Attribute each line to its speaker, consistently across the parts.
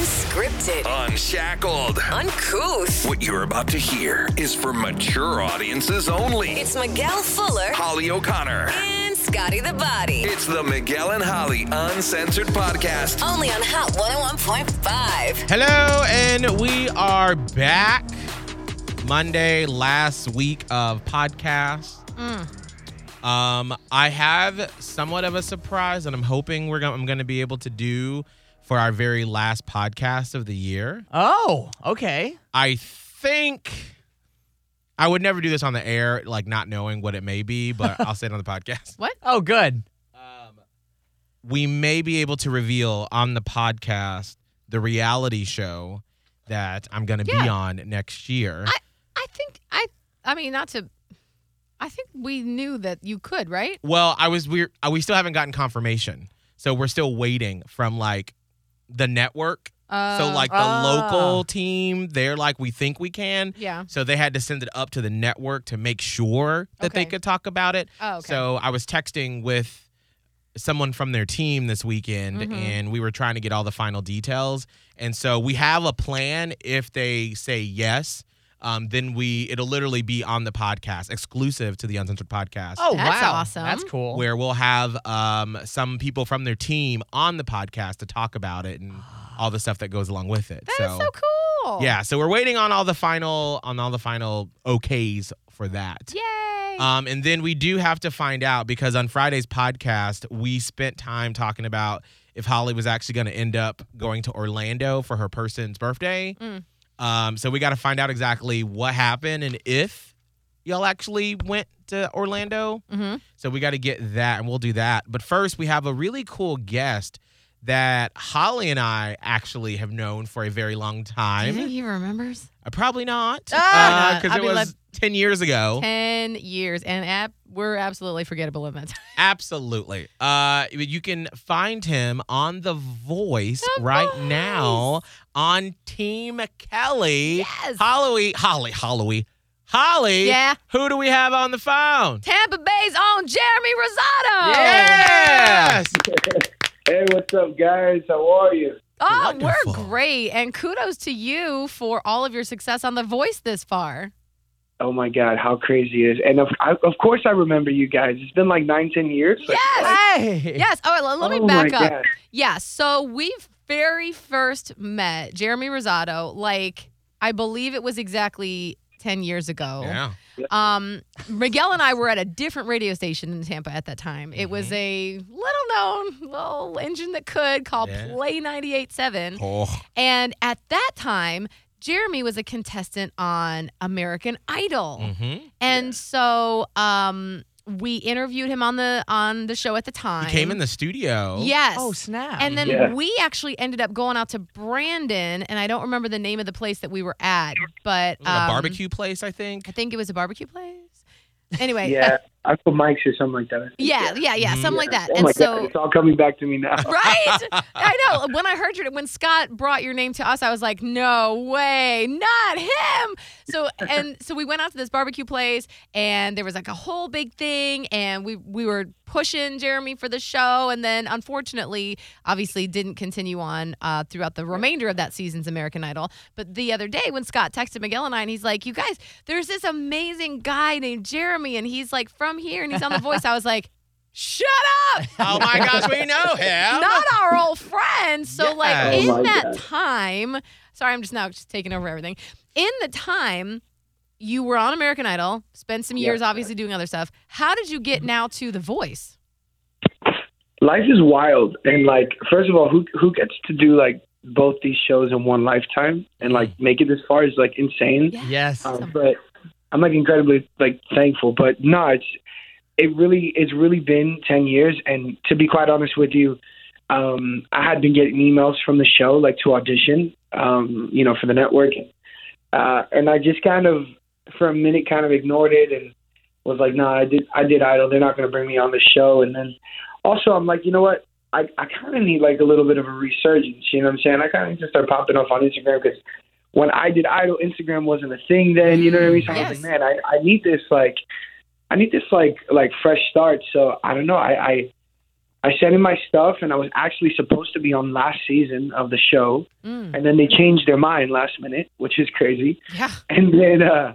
Speaker 1: Unscripted,
Speaker 2: Unshackled.
Speaker 1: uncouth.
Speaker 2: What you're about to hear is for mature audiences only.
Speaker 1: It's Miguel Fuller
Speaker 2: Holly O'Connor.
Speaker 1: and Scotty the Body.
Speaker 2: It's the Miguel and Holly Uncensored Podcast.
Speaker 1: Only on Hot 101.5.
Speaker 3: Hello, and we are back. Monday, last week of podcast.
Speaker 4: Mm.
Speaker 3: Um, I have somewhat of a surprise that I'm hoping we're gonna I'm gonna be able to do for our very last podcast of the year.
Speaker 5: Oh, okay.
Speaker 3: I think I would never do this on the air, like not knowing what it may be, but I'll say it on the podcast.
Speaker 5: Oh, good.
Speaker 3: We may be able to reveal on the podcast the reality show that I'm gonna be
Speaker 4: Yeah.
Speaker 3: on next year.
Speaker 4: I think I I mean not to I think we knew that you could, right?
Speaker 3: Well, I was we uh, we still haven't gotten confirmation, so we're still waiting from like the network.
Speaker 4: Uh,
Speaker 3: so like the
Speaker 5: ah.
Speaker 3: local team, they're like we think we can.
Speaker 4: oh. yeah.
Speaker 3: So they had to send it up to the network to make sure that they
Speaker 4: Okay.
Speaker 3: could talk about it.
Speaker 4: Oh, okay.
Speaker 3: So I was texting with someone from their team this weekend
Speaker 4: Mhm.
Speaker 3: and we were trying to get all the final details. And so we have a plan if they say yes. Um, then we it'll literally be on the podcast, exclusive to the Uncensored podcast
Speaker 5: Oh,
Speaker 4: That's
Speaker 5: wow.
Speaker 4: awesome.
Speaker 5: That's cool.
Speaker 3: where we'll have um, some people from their team on the podcast to talk about it and all the stuff that goes along with it.
Speaker 4: That's so, cool.
Speaker 3: yeah, so we're waiting on all the final on all the final okays for that.
Speaker 4: Yay.
Speaker 3: Um, and then we do have to find out because on Friday's podcast we spent time talking about if Holly was actually going to end up going to Orlando for her person's birthday.
Speaker 4: Mm.
Speaker 3: Um, so we got to find out exactly what happened and if y'all actually went to Orlando.
Speaker 4: Mhm.
Speaker 3: So we got to get that, and we'll do that. But first, we have a really cool guest that Holly and I actually have known for a very long
Speaker 4: Do you think
Speaker 3: time.
Speaker 4: he remembers?
Speaker 3: Uh, probably not, because
Speaker 4: Ah! I'll
Speaker 3: it
Speaker 4: be
Speaker 3: was
Speaker 4: left-
Speaker 3: ten years ago.
Speaker 4: Ten years, and ab- we're absolutely forgettable in that time.
Speaker 3: Absolutely. Uh, you can find him on The Voice
Speaker 4: The
Speaker 3: right
Speaker 4: Voice.
Speaker 3: now on Team Kelly.
Speaker 4: Yes.
Speaker 3: Holly, Holly, Holly, Holly.
Speaker 4: Yeah.
Speaker 3: Who do we have on the phone?
Speaker 4: Tampa Bay's own Jeremy Rosado.
Speaker 3: Yes.
Speaker 6: Hey, what's up, guys? How are you?
Speaker 4: Oh,
Speaker 3: Wonderful.
Speaker 4: we're great, and kudos to you for all of your success on The Voice this far.
Speaker 6: Oh my God, how crazy it is! And of, I, of course, I remember you guys. It's been like nine, ten years. but-
Speaker 4: Yes.
Speaker 5: Hey.
Speaker 4: Yes. All right. Let, let
Speaker 6: oh
Speaker 4: me back
Speaker 6: my
Speaker 4: up.
Speaker 6: God.
Speaker 4: Yeah, so we very first met Jeremy Rosado, like I believe it was exactly 10 years ago.
Speaker 3: Yeah.
Speaker 4: Um, Miguel and I were at a different radio station in Tampa at that time. It
Speaker 3: Mm-hmm.
Speaker 4: was a little known little engine that could called
Speaker 3: Yeah.
Speaker 4: Play 98.7.
Speaker 3: Oh.
Speaker 4: And at that time, Jeremy was a contestant on American Idol.
Speaker 3: hmm
Speaker 4: And so um, we interviewed him on the on the show at the time.
Speaker 3: He came in the studio.
Speaker 4: Yes.
Speaker 5: Oh, snap.
Speaker 4: And then
Speaker 6: Yeah.
Speaker 4: we actually ended up going out to Brandon, and I don't remember the name of the place that we were at, but
Speaker 3: It was like
Speaker 4: um,
Speaker 3: a barbecue place, I think.
Speaker 4: I think it was a barbecue place. Anyway, uh,
Speaker 6: Yeah, I put mics or something like that. I think.
Speaker 4: yeah, yeah, yeah, something like that.
Speaker 6: Oh
Speaker 4: and
Speaker 6: my
Speaker 4: so,
Speaker 6: God, it's all coming back to me now.
Speaker 4: right? I know. When I heard your when Scott brought your name to us, I was like, no way, not him. So and so we went out to this barbecue place, and there was like a whole big thing, and we we were pushing Jeremy for the show, and then unfortunately, obviously, didn't continue on uh, throughout the remainder of that season's American Idol. But the other day when Scott texted Miguel and I, and he's like, you guys, there's this amazing guy named Jeremy, and he's like from here, and he's on The Voice. I was like. Shut up!
Speaker 3: Oh my gosh, we know him.
Speaker 4: not our old friends. So like
Speaker 3: Yes.
Speaker 4: in
Speaker 6: Oh my
Speaker 4: that
Speaker 6: God.
Speaker 4: time, sorry, I'm just now just taking over everything. In the time you were on American Idol, spent some years
Speaker 6: Yes. Mm-hmm.
Speaker 4: obviously doing other stuff. How did you get now to The Voice?
Speaker 6: Life is wild, and like, first of all, who who gets to do like both these shows in one lifetime and
Speaker 4: Mm.
Speaker 6: like make it this far is like insane.
Speaker 5: Yes.
Speaker 6: Um,
Speaker 4: Awesome.
Speaker 6: but I'm like incredibly like thankful. But no, it's it really it's really been ten years. And to be quite honest with you, um, I had been getting emails from the show like to audition, um, you know, for the network, uh, and I just kind of for a minute kind of ignored it and was like, no, nah, I did I did Idol. They're not going to bring me on the show. And then also I'm like, you know what? I, I kind of need like a little bit of a resurgence, you know what I'm saying? I kind of need to start popping off on Instagram because when I did Idol, Instagram wasn't a thing then. You know what I mean? So I was
Speaker 4: Yes.
Speaker 6: like, man, I, I need this like, I need this like like fresh start. So I don't know. I I, I sent in my stuff, and I was actually supposed to be on last season of the show,
Speaker 4: Mm.
Speaker 6: and then they changed their mind last minute, which is crazy.
Speaker 4: Yeah.
Speaker 6: And then, uh,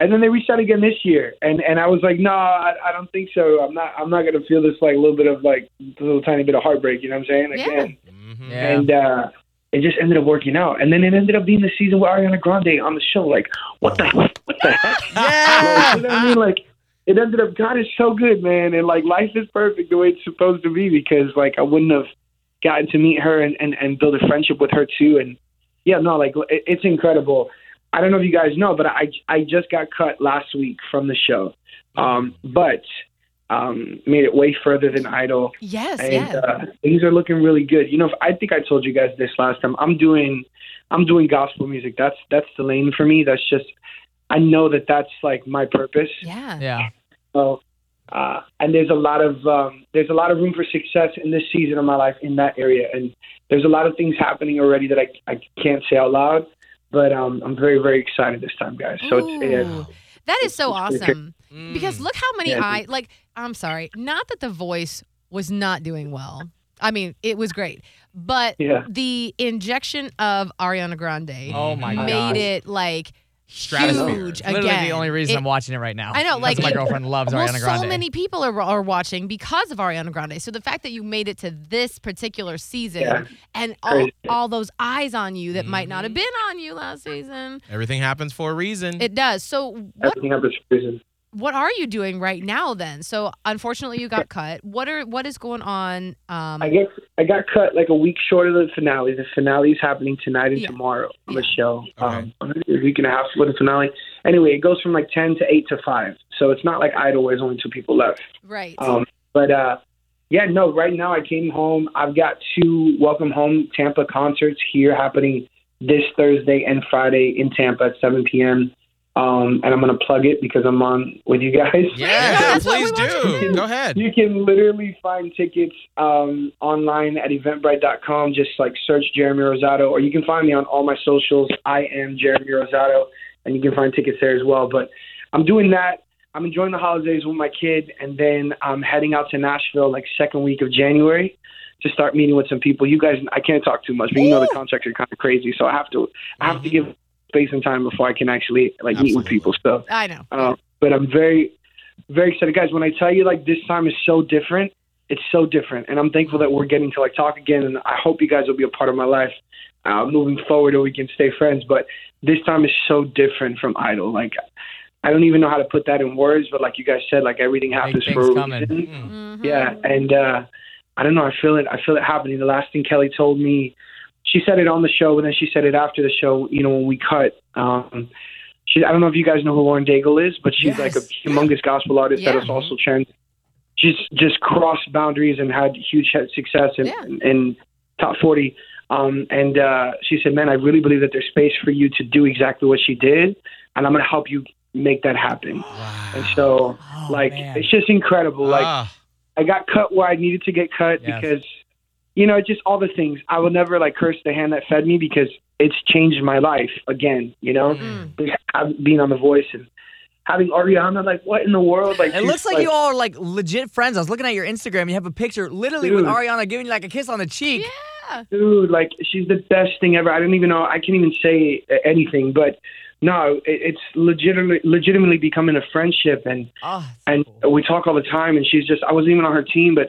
Speaker 6: and then they reached out again this year, and and I was like, no, I, I don't think so. I'm not. I'm not gonna feel this like little bit of like little tiny bit of heartbreak. You know what I'm saying?
Speaker 4: Yeah.
Speaker 6: Again.
Speaker 3: Mhm.
Speaker 5: Yeah.
Speaker 6: And uh, it just ended up working out. And then it ended up being the season with Ariana Grande on the show. Like, what the heck? What the heck? Like, you know what I mean? Like, it ended up, God is so good, man. And, like, life is perfect the way it's supposed to be because, like, I wouldn't have gotten to meet her and, and, and build a friendship with her, too. And, yeah, no, like, it, it's incredible. I don't know if you guys know, but I, I just got cut last week from the show. Um, but um, made it way further than Idol
Speaker 4: Yes.
Speaker 6: and
Speaker 4: yes.
Speaker 6: uh, things are looking really good. You know, I think I told you guys this last time. I'm doing, I'm doing gospel music. That's that's the lane for me. That's just, I know that that's like my purpose.
Speaker 4: yeah.
Speaker 5: Yeah.
Speaker 6: So, uh, and there's a lot of um, there's a lot of room for success in this season of my life in that area. And there's a lot of things happening already that I I can't say out loud. But um, I'm very very excited this time, guys. So it's,
Speaker 4: Ooh.
Speaker 6: it's
Speaker 4: That is so
Speaker 6: It's- it's-
Speaker 4: awesome. Because
Speaker 3: Mm.
Speaker 4: look how many
Speaker 6: Yeah, I
Speaker 4: I like. I'm sorry, not that the voice was not doing well. I mean, it was great, but
Speaker 6: Yeah.
Speaker 4: the injection of Ariana Grande
Speaker 5: Oh my
Speaker 4: made
Speaker 5: god.
Speaker 4: it like
Speaker 3: Stratosphere.
Speaker 4: huge again.
Speaker 5: Literally the only reason
Speaker 4: It-
Speaker 5: I'm watching it right now.
Speaker 4: I know,
Speaker 5: That's
Speaker 4: like,
Speaker 5: my
Speaker 4: it-
Speaker 5: girlfriend loves
Speaker 4: well,
Speaker 5: Ariana Grande.
Speaker 4: so many people are, are watching because of Ariana Grande. So the fact that you made it to this particular season
Speaker 6: Yeah.
Speaker 4: and all,
Speaker 6: Crazy.
Speaker 4: all those eyes on you that might not have
Speaker 5: Mm-hmm.
Speaker 3: Mhm.
Speaker 4: been on you last season,
Speaker 3: Everything happens for a reason.
Speaker 4: it does. So what
Speaker 6: everything happens for a reason.
Speaker 4: what are you doing right now then? So unfortunately you got cut. What are what is going on? Um
Speaker 6: I guess I got cut like a week short of the finale. The finale is happening tonight and
Speaker 4: Yeah.
Speaker 6: tomorrow on the
Speaker 4: Yeah.
Speaker 6: show.
Speaker 3: Okay.
Speaker 6: Um, a week and a half for the finale. Anyway, it goes from like ten to eight to five, so it's not like Idol where there's only two people left.
Speaker 4: right.
Speaker 6: Um, but uh, yeah, no. Right now, I came home. I've got two Welcome Home Tampa concerts here happening this Thursday and Friday in Tampa at 7 p.m. Um, and I'm gonna plug it because I'm on with you guys.
Speaker 3: yeah,
Speaker 4: That's what we
Speaker 3: please
Speaker 4: want you to
Speaker 3: do.
Speaker 6: do.
Speaker 3: Go ahead.
Speaker 6: You can literally find tickets um, online at eventbrite.com. Just like search Jeremy Rosado, or you can find me on all my socials. I am Jeremy Rosado, and you can find tickets there as well. But I'm doing that. I'm enjoying the holidays with my kid, and then I'm heading out to Nashville like second week of January to start meeting with some people. You guys, I can't talk too much, but you know the contracts are kind of crazy, so I have to I have to
Speaker 3: Mhm.
Speaker 6: give space and time before I can actually like meet with
Speaker 3: Absolutely.
Speaker 6: people. So.
Speaker 4: I know.
Speaker 6: Uh, but I'm very, very excited, guys. When I tell you like this time is so different, it's so different, and I'm thankful that we're getting to like talk again. And I hope you guys will be a part of my life uh, moving forward, or we can stay friends. But this time is so different from Idol. Like, I don't even know how to put that in words, but like you guys said, like everything happens for
Speaker 5: things
Speaker 6: a
Speaker 5: coming.
Speaker 6: reason.
Speaker 3: Mm.
Speaker 4: Mhm.
Speaker 6: Yeah, and uh, I don't know. I feel it. I feel it happening. The last thing Kelly told me, she said it on the show, and then she said it after the show. You know, when we cut. Um, she, I don't know if you guys know who Lauren Daigle is, but she's like a humongous gospel artist that
Speaker 4: Yeah.
Speaker 6: has also trans. She's just crossed boundaries and had huge hit- success in,
Speaker 4: Yeah.
Speaker 6: in, in top forty. Um, and uh, she said, "Man, I really believe that there's space for you to do exactly what she did, and I'm going to help you make that happen." And so,
Speaker 5: Oh,
Speaker 6: like,
Speaker 5: man.
Speaker 6: it's just incredible. Like,
Speaker 3: Ah,
Speaker 6: I got cut where I needed to get cut
Speaker 5: Yes.
Speaker 6: because, you know, just all the things. I will never like curse the hand that fed me because it's changed my life again. You know,
Speaker 5: Mm-hmm.
Speaker 4: Mm.
Speaker 6: Having- being on The Voice and having Ariana, like, what in the world? Like,
Speaker 5: It
Speaker 6: she's,
Speaker 5: looks like you all are like legit friends. I was looking at your Instagram. You have a picture literally with
Speaker 6: Dude.
Speaker 5: Ariana giving you like a kiss on the cheek.
Speaker 6: dude, like she's the best thing ever. I don't even know. I can't even say uh, anything, but. No, it- it's legitimately legitimately becoming a friendship, and
Speaker 5: Oh, it's so
Speaker 6: and
Speaker 5: cool.
Speaker 6: we talk all the time and she's just i wasn't even on her team but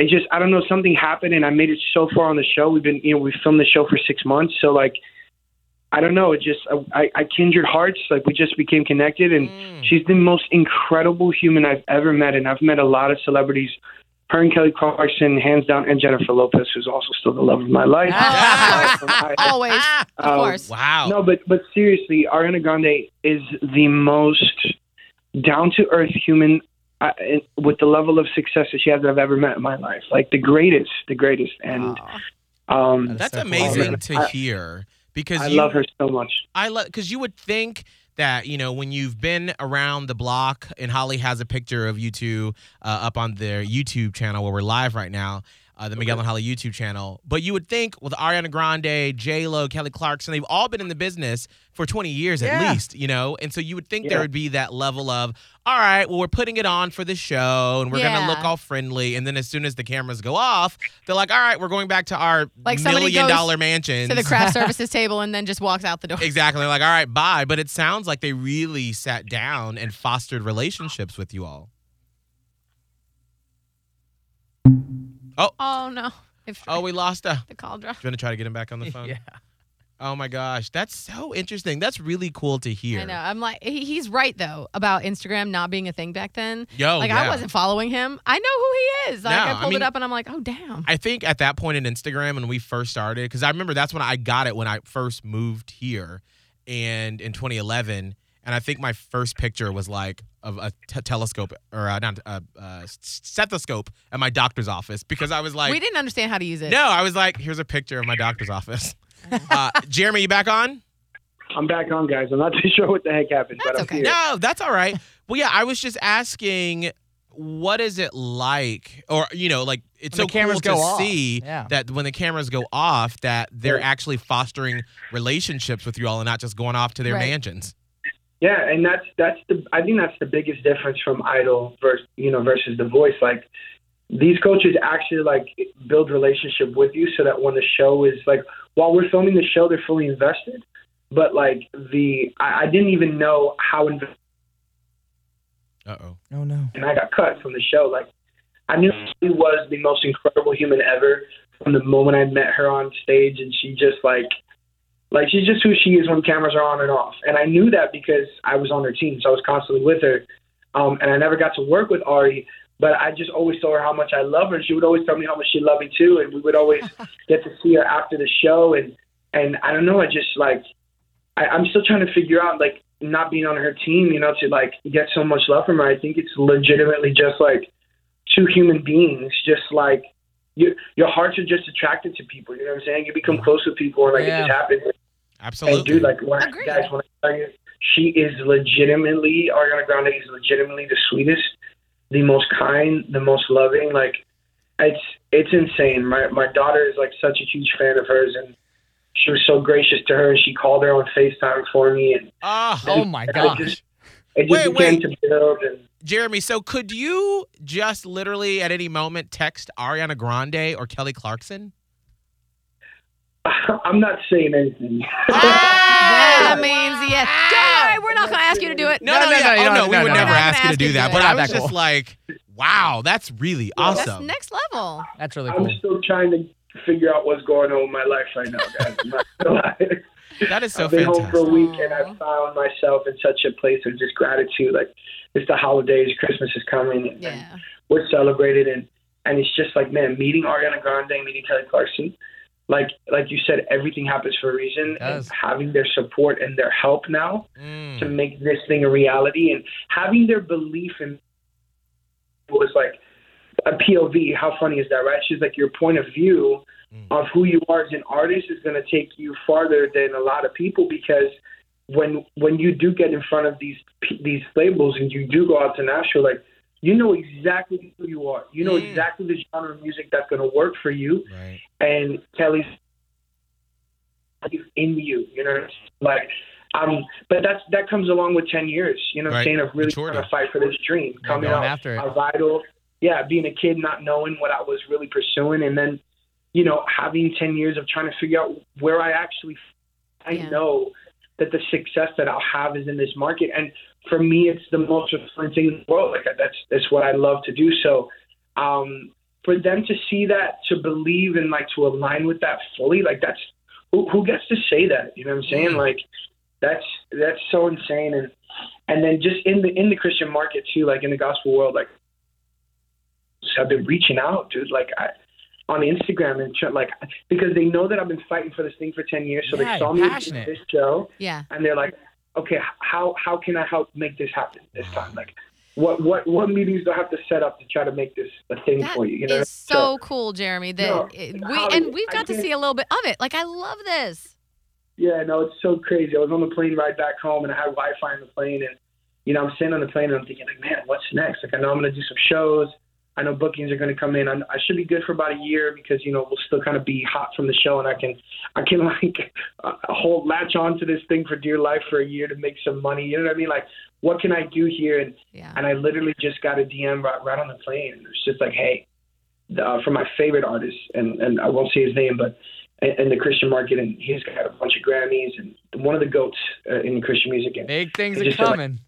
Speaker 6: it just i don't know something happened and i made it so far on the show we've been you know we filmed the show for six months so like i don't know it just uh, i i kindred hearts like we just became connected and
Speaker 3: mm.
Speaker 6: she's the most incredible human i've ever met and i've met a lot of celebrities her and kelly clarkson hands down and jennifer lopez who's also still the love of my life
Speaker 4: Ah.
Speaker 6: I-
Speaker 4: Always.
Speaker 5: Ah.
Speaker 4: Of
Speaker 6: Um,
Speaker 4: course.
Speaker 3: Wow.
Speaker 6: no, but but seriously, Ariana Grande is the most down to earth human uh, and with the level of success that she has that I've ever met in my life. Like the greatest, the greatest, and
Speaker 5: Oh,
Speaker 6: um,
Speaker 3: That's
Speaker 5: So cool.
Speaker 3: amazing
Speaker 6: Oh,
Speaker 3: to
Speaker 6: I-
Speaker 3: hear because
Speaker 6: I
Speaker 3: you,
Speaker 6: love her so much.
Speaker 3: I love because you would think that you know when you've been around the block and Holly has a picture of you two uh, up on their YouTube channel where we're live right now. uh, the Miguel and Holly YouTube channel. But you would think with Ariana Grande, J Lo, Kelly Clarkson, they've all been in the business for 20 years at
Speaker 5: Yeah.
Speaker 3: least, you know? And so you would think there
Speaker 6: Yeah.
Speaker 3: would be that level of, all right, well, we're putting it on for the show and we're going to
Speaker 4: Yeah.
Speaker 3: look all friendly. And then as soon as the cameras go off, they're like, all right, we're going back to our
Speaker 4: Like somebody
Speaker 3: million
Speaker 4: goes
Speaker 3: dollar mansions.
Speaker 4: to the craft services table and then just walks out the door.
Speaker 3: Exactly. Like, all right, bye. But it sounds like they really sat down and fostered relationships with you all.
Speaker 4: Oh no! If
Speaker 3: Oh, we lost a.
Speaker 4: the call dropped.
Speaker 3: Do you want to try to get him back on the phone?
Speaker 5: Yeah.
Speaker 3: Oh my gosh, that's so interesting. That's really cool to hear.
Speaker 4: I know. I'm like, he, he's right though about Instagram not being a thing back then.
Speaker 3: Yo,
Speaker 4: like
Speaker 3: Oh, yeah.
Speaker 4: I wasn't following him. I know who he is. Like
Speaker 3: No,
Speaker 4: I
Speaker 3: I
Speaker 4: pulled
Speaker 3: mean-
Speaker 4: it up and I'm like, oh damn.
Speaker 3: I think at that point in Instagram when we first started, because I remember that's when I got it when I first moved here, and in 2011, and I think my first picture was like of a t- telescope or uh, not uh, uh, stethoscope at my doctor's office because I was like,
Speaker 4: we didn't understand how to use it.
Speaker 3: no, I was like, here's a picture of my doctor's office. uh, Jeremy, you back on?
Speaker 6: I'm back on, guys. I'm not too sure what the heck happened, but
Speaker 4: That's
Speaker 6: I'm
Speaker 4: okay.
Speaker 6: here.
Speaker 3: No, that's all right. Well, yeah, I was just asking, what is it like, or you know, like it's
Speaker 5: When
Speaker 3: so
Speaker 5: the cameras
Speaker 3: cool to
Speaker 5: go off,
Speaker 3: see
Speaker 5: yeah.
Speaker 3: that when the cameras go off, that they're actually fostering relationships with you all and not just going off to their
Speaker 4: Right.
Speaker 3: mansions.
Speaker 6: Yeah, and that's that's the I think that's the biggest difference from Idol versus you know versus The Voice. Like these coaches actually like build relationship with you, so that when the show is like while we're filming the show, they're fully invested. But like the I, I didn't even know how invested,
Speaker 3: Uh oh.
Speaker 5: Oh no.
Speaker 6: and I got cut from the show. Like I knew she was the most incredible human ever from the moment I met her on stage, and she just like. Like she's just who she is when cameras are on and off, and I knew that because I was on her team, so I was constantly with her. Um, and I never got to work with Ari, but I just always told her how much I love her, and she would always tell me how much she loved me too. And we would always get to see her after the show, and and I don't know, I just like I, I'm still trying to figure out like not being on her team, you know, to like get so much love from her. I think it's legitimately just like two human beings, just like. Your, your hearts are just attracted to people. You know what I'm saying? You become close with people, and like
Speaker 5: Yeah.
Speaker 6: it just happens. And
Speaker 3: Absolutely.
Speaker 6: dude, like when I,
Speaker 4: Agreed.
Speaker 6: guys, when I tell you, she is legitimately Ariana Grande is legitimately the sweetest, the most kind, the most loving. Like it's it's insane. My my daughter is like such a huge fan of hers, and she was so gracious to her. And she called her on Facetime for me, and
Speaker 3: Ah,
Speaker 5: Oh my
Speaker 6: I
Speaker 5: gosh.
Speaker 6: just- it just
Speaker 3: Wait,
Speaker 6: began
Speaker 3: wait.
Speaker 6: to build. And
Speaker 3: Jeremy. So could you just literally at any moment text Ariana Grande or Kelly Clarkson?
Speaker 6: I'm not saying anything.
Speaker 3: Ah!
Speaker 4: That means yes. Don't worry, we're not gonna ask you to do it.
Speaker 3: No,
Speaker 5: No,
Speaker 3: no,
Speaker 5: no,
Speaker 3: yeah.
Speaker 5: no, you
Speaker 3: oh,
Speaker 5: don't-
Speaker 3: no, we
Speaker 5: no,
Speaker 3: would
Speaker 5: no.
Speaker 3: never
Speaker 5: We're
Speaker 4: not
Speaker 3: ask you to
Speaker 4: gonna
Speaker 3: do
Speaker 4: ask
Speaker 3: that.
Speaker 4: you to
Speaker 3: But
Speaker 4: do
Speaker 3: I was
Speaker 5: that. Not that
Speaker 3: just
Speaker 5: cool.
Speaker 3: like, wow, that's really
Speaker 4: That's
Speaker 3: awesome.
Speaker 4: next level.
Speaker 5: That's really
Speaker 6: I'm
Speaker 5: cool.
Speaker 6: still trying to figure out what's going on with my life right now, guys. I'm not gonna lie.
Speaker 3: That is so
Speaker 6: I've been home
Speaker 3: fantastic.
Speaker 6: for a week and
Speaker 4: Aw.
Speaker 6: I found myself in such a place of just gratitude. Like it's the holidays, Christmas is coming, and
Speaker 4: Yeah.
Speaker 6: we're celebrated, and and it's just like man, meeting Ariana Grande, meeting Kelly Clarkson, like like you said, everything happens for a reason. And
Speaker 5: does.
Speaker 6: having their support and their help now
Speaker 3: Mm.
Speaker 6: to make this thing a reality, and having their belief in was like a POV. How funny is that, right? She's like your point of view
Speaker 3: Mm.
Speaker 6: of who you are as an artist is going to take you farther than a lot of people because when when you do get in front of these p- these labels and you do go out to Nashville, like you know exactly who you are. You know
Speaker 3: Mm.
Speaker 6: exactly the genre of music that's going to work for you.
Speaker 3: Right.
Speaker 6: And Kelly's in you. You know, like um. But that's that comes along with ten years. You know, what I'm
Speaker 3: Right.
Speaker 6: saying of really
Speaker 3: Maturity.
Speaker 6: trying to fight for this dream, coming
Speaker 5: going
Speaker 6: out
Speaker 5: after it.
Speaker 6: of Idol. Yeah, being a kid, not knowing what I was really pursuing, and then you know having ten years of trying to figure out where I actually. I
Speaker 4: Yeah.
Speaker 6: know that the success that I'll have is in this market, and for me, it's the most fulfilling thing in the world. Like that's that's what I love to do. So, um, for them to see that, to believe, and like to align with that fully, like that's who, who gets to say that? You know what I'm saying? Like that's that's so insane, and and then just in the in the Christian market too, like in the gospel world, like I've been reaching out, dude. Like I. On Instagram and shit, like because they know that I've been fighting for this thing for ten years, so
Speaker 5: Yeah,
Speaker 6: they saw
Speaker 5: you're
Speaker 6: me
Speaker 5: passionate.
Speaker 6: in this show,
Speaker 4: Yeah.
Speaker 6: and they're like, okay, h- how how can I help make this happen this time? Like, what what what meetings do I have to set up to try to make this a thing
Speaker 4: That
Speaker 6: for you? You know,
Speaker 4: is so cool, Jeremy. That
Speaker 6: No,
Speaker 4: it-
Speaker 6: how-
Speaker 4: we and we've
Speaker 6: I
Speaker 4: got to
Speaker 6: can't-
Speaker 4: see a little bit of it. Like I love this.
Speaker 6: yeah, no, it's so crazy. I was on the plane ride back home, and I had Wi-Fi in the plane, and you know, I'm sitting on the plane, and I'm thinking, like, man, what's next? Like, I know I'm gonna do some shows. I know bookings are going to come in. I, I should be good for about a year because you know we'll still kind of be hot from the show, and I can I can like uh, hold latch on to this thing for dear life for a year to make some money. You know what I mean? Like, what can I do here? And
Speaker 4: Yeah.
Speaker 6: and I literally just got a DM right, right on the plane. It was just like, hey, the, uh, from my favorite artist, and and I won't say his name, but in in the Christian market, and he's got a bunch of Grammys and one of the goats uh, in Christian music. And
Speaker 5: Big things
Speaker 6: It
Speaker 5: are
Speaker 6: just feel like-
Speaker 5: coming.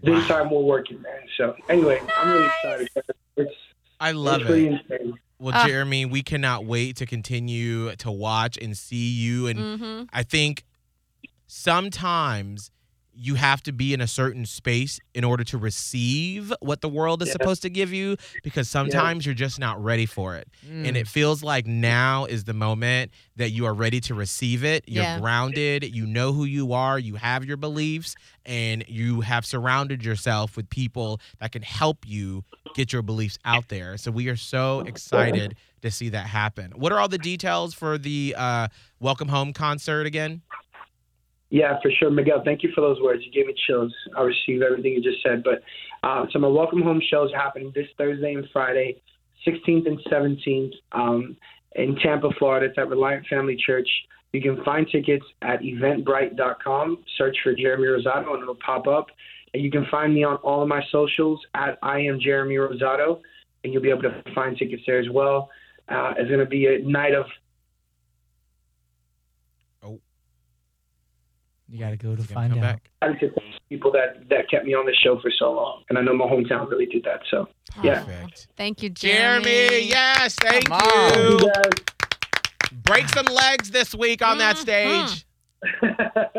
Speaker 6: this time we're working, man. So anyway, I'm really excited. It's,
Speaker 3: I love
Speaker 6: it's really
Speaker 3: it.
Speaker 6: insane.
Speaker 3: Well,
Speaker 4: Ah.
Speaker 3: Jeremy, we cannot wait to continue to watch and see you. And
Speaker 4: Mm-hmm.
Speaker 3: I think sometimes you have to be in a certain space in order to receive what the world is
Speaker 6: Yeah.
Speaker 3: supposed to give you because sometimes you're just not ready for it. And
Speaker 5: Mm.
Speaker 3: it feels like now is the moment that you are ready to receive it. You're
Speaker 4: Yeah.
Speaker 3: grounded, you know who you are, you have your beliefs, and you have surrounded yourself with people that can help you get your beliefs out there. So we are so excited to see that happen. What are all the details for the uh, Welcome Home concert again?
Speaker 6: Yeah, for sure, Miguel. Thank you for those words. You gave me chills. I received everything you just said. But uh, so my welcome home shows are happening this Thursday and Friday, 16th and 17th, um, in Tampa, Florida. It's at Reliant Family Church. You can find tickets at Eventbrite.com. Search for Jeremy Rosato, and it'll pop up. And you can find me on all of my socials at I am Jeremy Rosato, and you'll be able to find tickets there as well. Uh, it's going to be a night of
Speaker 5: You gotta go to
Speaker 3: It's gonna
Speaker 5: find
Speaker 3: come
Speaker 5: out.
Speaker 3: back.
Speaker 6: I think it's people that that kept me on the show for so long, and I know my hometown really did that. So, Yeah.
Speaker 3: Perfect.
Speaker 4: Thank you,
Speaker 3: Jeremy,
Speaker 4: Jeremy.
Speaker 3: yes, thank
Speaker 5: Come on.
Speaker 3: you.
Speaker 6: you
Speaker 3: Break some legs this week on that
Speaker 4: Mhm.
Speaker 5: Mm-hmm.
Speaker 3: stage.
Speaker 6: guys,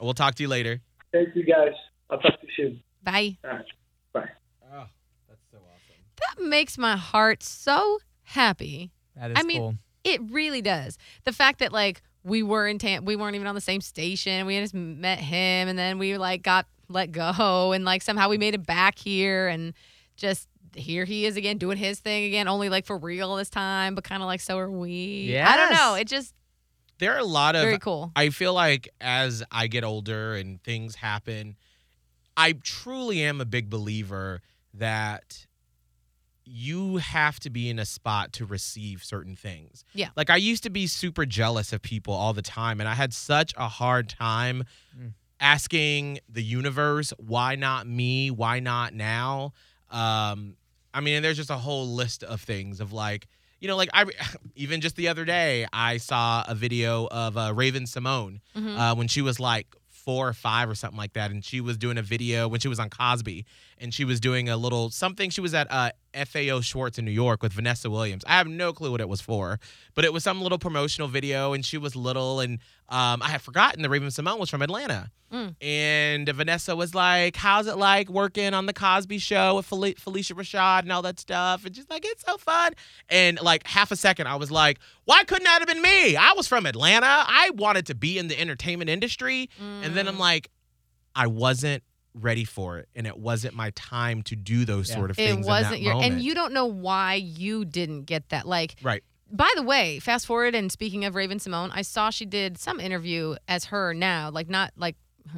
Speaker 3: We'll talk to you later.
Speaker 6: thank you guys. I'll talk to you soon.
Speaker 4: Bye.
Speaker 6: All right.
Speaker 3: Oh, that's so awesome.
Speaker 4: That makes my heart so happy.
Speaker 5: That is
Speaker 4: I mean,
Speaker 5: cool.
Speaker 4: It really does. The fact that like we were in Tam- we weren't even on the same station. We just met him, and then we like got let go, and like somehow we made it back here, and just here he is again doing his thing again, only like for real this time, but kind of like so are we. I don't know.
Speaker 5: Yes.
Speaker 4: It just
Speaker 3: There are a lot of
Speaker 4: very cool.
Speaker 3: I feel like as I get older and things happen, I truly am a big believer that you have to be in a spot to receive certain things.
Speaker 4: Yeah.
Speaker 3: Like I used to be super jealous of people all the time, and I had such a hard time
Speaker 5: Mm.
Speaker 3: asking the universe, why not me? Why not now? Um, I mean, and there's just a whole list of things of like, you know, like I even just the other day, I saw a video of uh, Raven Simone
Speaker 4: Mhm.
Speaker 3: uh, when she was like four or five or something like that. And she was doing a video when she was on Cosby and she was doing a little something. She was at uh, FAO Schwartz in New York with Vanessa Williams. I have no clue what it was for, but it was some little promotional video and she was little. And um, I had forgotten that Raven Simone was from Atlanta.
Speaker 4: Mm.
Speaker 3: And Vanessa was like, How's it like working on The Cosby Show with Fel- Felicia Rashad and all that stuff? And she's like, It's so fun. And like half a second, I was like, why couldn't that have been me? I was from Atlanta. I wanted to be in the entertainment industry. And
Speaker 4: Mm.
Speaker 3: then I'm like, I wasn't ready for it. And it wasn't my time to do those
Speaker 5: Yeah.
Speaker 3: sort of
Speaker 4: it
Speaker 3: things. in that
Speaker 4: wasn't your and
Speaker 3: moment.
Speaker 4: you don't know why you didn't get that like
Speaker 3: Right.
Speaker 4: by the way fast forward and speaking of raven simone i saw she did some interview as her now like not like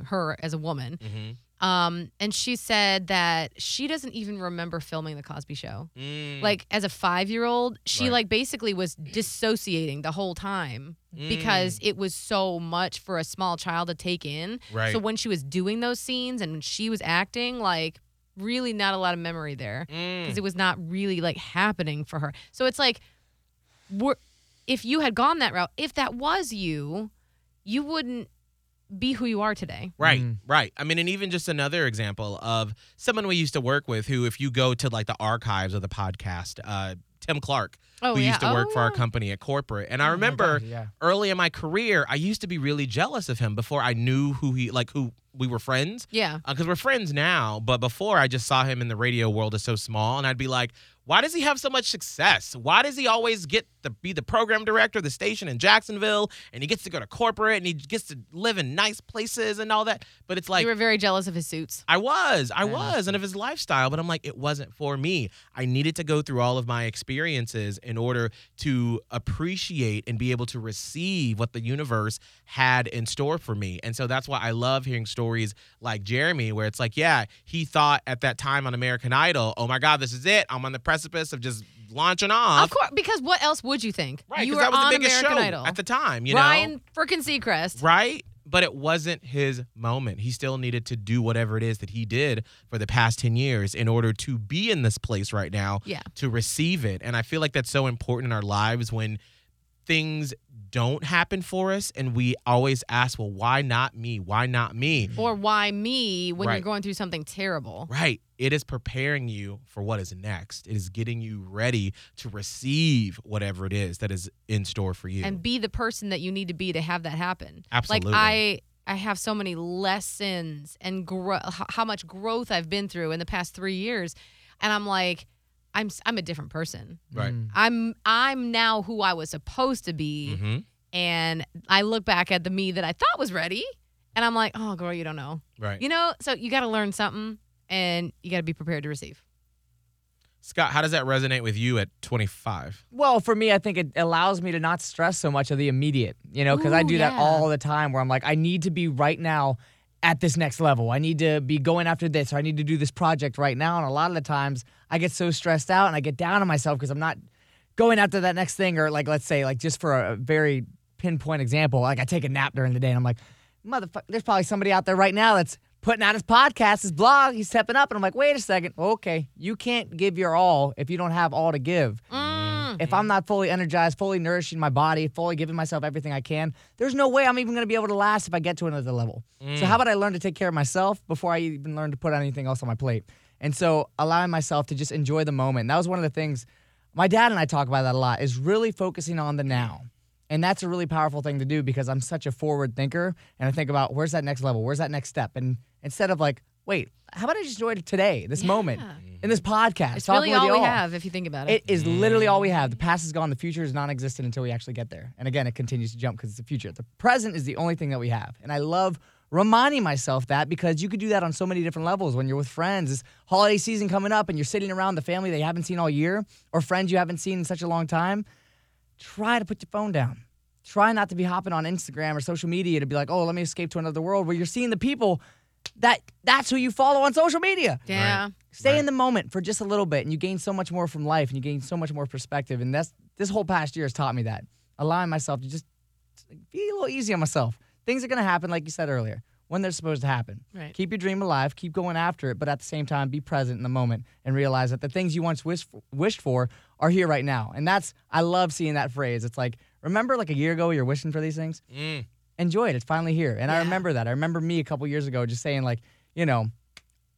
Speaker 4: her as a woman
Speaker 3: Mhm.
Speaker 4: um and she said that she doesn't even remember filming the cosby show
Speaker 3: Mm.
Speaker 4: like as a five year old she
Speaker 3: Right.
Speaker 4: like basically was dissociating the whole time
Speaker 3: Mm.
Speaker 4: because it was so much for a small child to take in
Speaker 3: Mm. right.
Speaker 4: so when she was doing those scenes and when she was acting like really not a lot of memory there
Speaker 3: Mm.
Speaker 4: because it was not really like happening for her. So it's like, we're, if you had gone that route, if that was you, you wouldn't be who you are today.
Speaker 3: Right,
Speaker 5: Mm.
Speaker 3: right. I mean, and even just another example of someone we used to work with who, if you go to like the archives of the podcast, uh, Tim Clark,
Speaker 4: Oh,
Speaker 3: who
Speaker 4: yeah.
Speaker 3: used to work
Speaker 4: Oh,
Speaker 3: for our
Speaker 4: yeah.
Speaker 3: company at corporate. And I
Speaker 5: Oh my
Speaker 3: remember
Speaker 5: God, yeah.
Speaker 3: early in my career, I used to be really jealous of him before I knew who he, like who we were friends
Speaker 4: Yeah.
Speaker 3: because we're friends now. But before, I just saw him in the radio world is so small, and I'd be like, "Why does he have so much success? Why does he always get to be the program director of the station in Jacksonville, and he gets to go to corporate, and he gets to live in nice places and all that?" But it's like.
Speaker 4: you were very jealous of his suits.
Speaker 3: I was, I
Speaker 5: Yeah.
Speaker 3: was, and of his lifestyle, but I'm like, it wasn't for me. I needed to go through all of my experiences in order to appreciate and be able to receive what the universe had in store for me. And so that's why I love hearing stories like Jeremy, where it's like, yeah, he thought at that time on American Idol, oh my God, this is it. I'm on the precipice of just launching off.
Speaker 4: Of course, because what else would you think?
Speaker 3: Right,
Speaker 4: you
Speaker 3: because that
Speaker 4: were
Speaker 3: was
Speaker 4: on
Speaker 3: the biggest
Speaker 4: American
Speaker 3: show
Speaker 4: Idol.
Speaker 3: at the time, you know?
Speaker 4: Ryan freaking Seacrest.
Speaker 3: Right? But it wasn't his moment. He still needed to do whatever it is that he did for the past 10 years in order to be in this place right now
Speaker 4: Yeah.
Speaker 3: to receive it. And I feel like that's so important in our lives when things don't happen for us and we always ask, well, why not me? Why not me?
Speaker 4: Or why me when
Speaker 3: Right.
Speaker 4: you're going through something terrible?
Speaker 3: Right. It is preparing you for what is next. It is getting you ready to receive whatever it is that is in store for you.
Speaker 4: And be the person that you need to be to have that happen.
Speaker 3: Absolutely.
Speaker 4: Like I I have so many lessons and grow how much growth I've been through in the past 3 years and I'm like I'm s- I'm a different person.
Speaker 3: right.
Speaker 4: I'm I'm now who I was supposed to be
Speaker 3: hmm
Speaker 4: and I look back at the me that I thought was ready and I'm like, "Oh, girl, you don't know."
Speaker 3: Right.
Speaker 4: You know, so you got to learn something and you got to be prepared to receive.
Speaker 3: Scott, how does that resonate with you at 25?
Speaker 5: Well, for me, I think it allows me to not stress so much of the immediate, you know, because I
Speaker 4: Ooh,
Speaker 5: do that
Speaker 4: yeah.
Speaker 5: all the time where I'm like, I need to be right now at this next level. I need to be going after this, or I need to do this project right now. And a lot of the times I get so stressed out and I get down on myself because I'm not going after that next thing. Or, like, let's say, like, just for a very pinpoint example, like I take a nap during the day and I'm like, motherfucker, there's probably somebody out there right now that's putting out his podcast, his blog, he's stepping up. And I'm like, wait a second, okay, you can't give your all if you don't have all to give
Speaker 4: Mm. Mm-hmm.
Speaker 5: if I'm not fully energized, fully nourishing my body, fully giving myself everything I can, there's no way I'm even going to be able to last if I get to another level.
Speaker 4: Mm.
Speaker 5: So how about I learn to take care of myself before I even learn to put anything else on my plate? And so allowing myself to just enjoy the moment. That was one of the things my dad and I talk about that a lot is really focusing on the now. And that's a really powerful thing to do because I'm such a forward thinker and I think about where's that next level? Where's that next step? And instead of like, wait, how about I just enjoy today, this moment, in this podcast?
Speaker 4: It's
Speaker 5: talking
Speaker 4: really
Speaker 5: with
Speaker 4: all we
Speaker 5: y'all?
Speaker 4: have if you think about it.
Speaker 5: It is literally all we have. The past is gone. The future is non-existent until we actually get there. And again, it continues to jump because it's the future. The present is the only thing that we have. And I love reminding myself that because you could do that on so many different levels when you're with friends. This holiday season coming up and you're sitting around the family that you haven't seen all year or friends you haven't seen in such a long time. Try to put your phone down. Try not to be hopping on Instagram or social media to be like, oh, let me escape to another world where you're seeing the people that that's who you follow on social media.
Speaker 4: yeah.
Speaker 5: Stay in the moment for just a little bit, and you gain so much more from life, and you gain so much more perspective. And that's this whole past year has taught me that allowing myself to just be a little easy on myself. Things are gonna happen, like you said earlier, when they're supposed to happen.
Speaker 4: Right.
Speaker 5: Keep your dream alive, keep going after it, but at the same time, be present in the moment and realize that the things you once wish, wished for are here right now. And that's I love seeing that phrase. It's like remember, like a year ago, you're wishing for these things enjoy it. It's finally here. And I remember that. I remember me a couple years ago just saying, like, you know,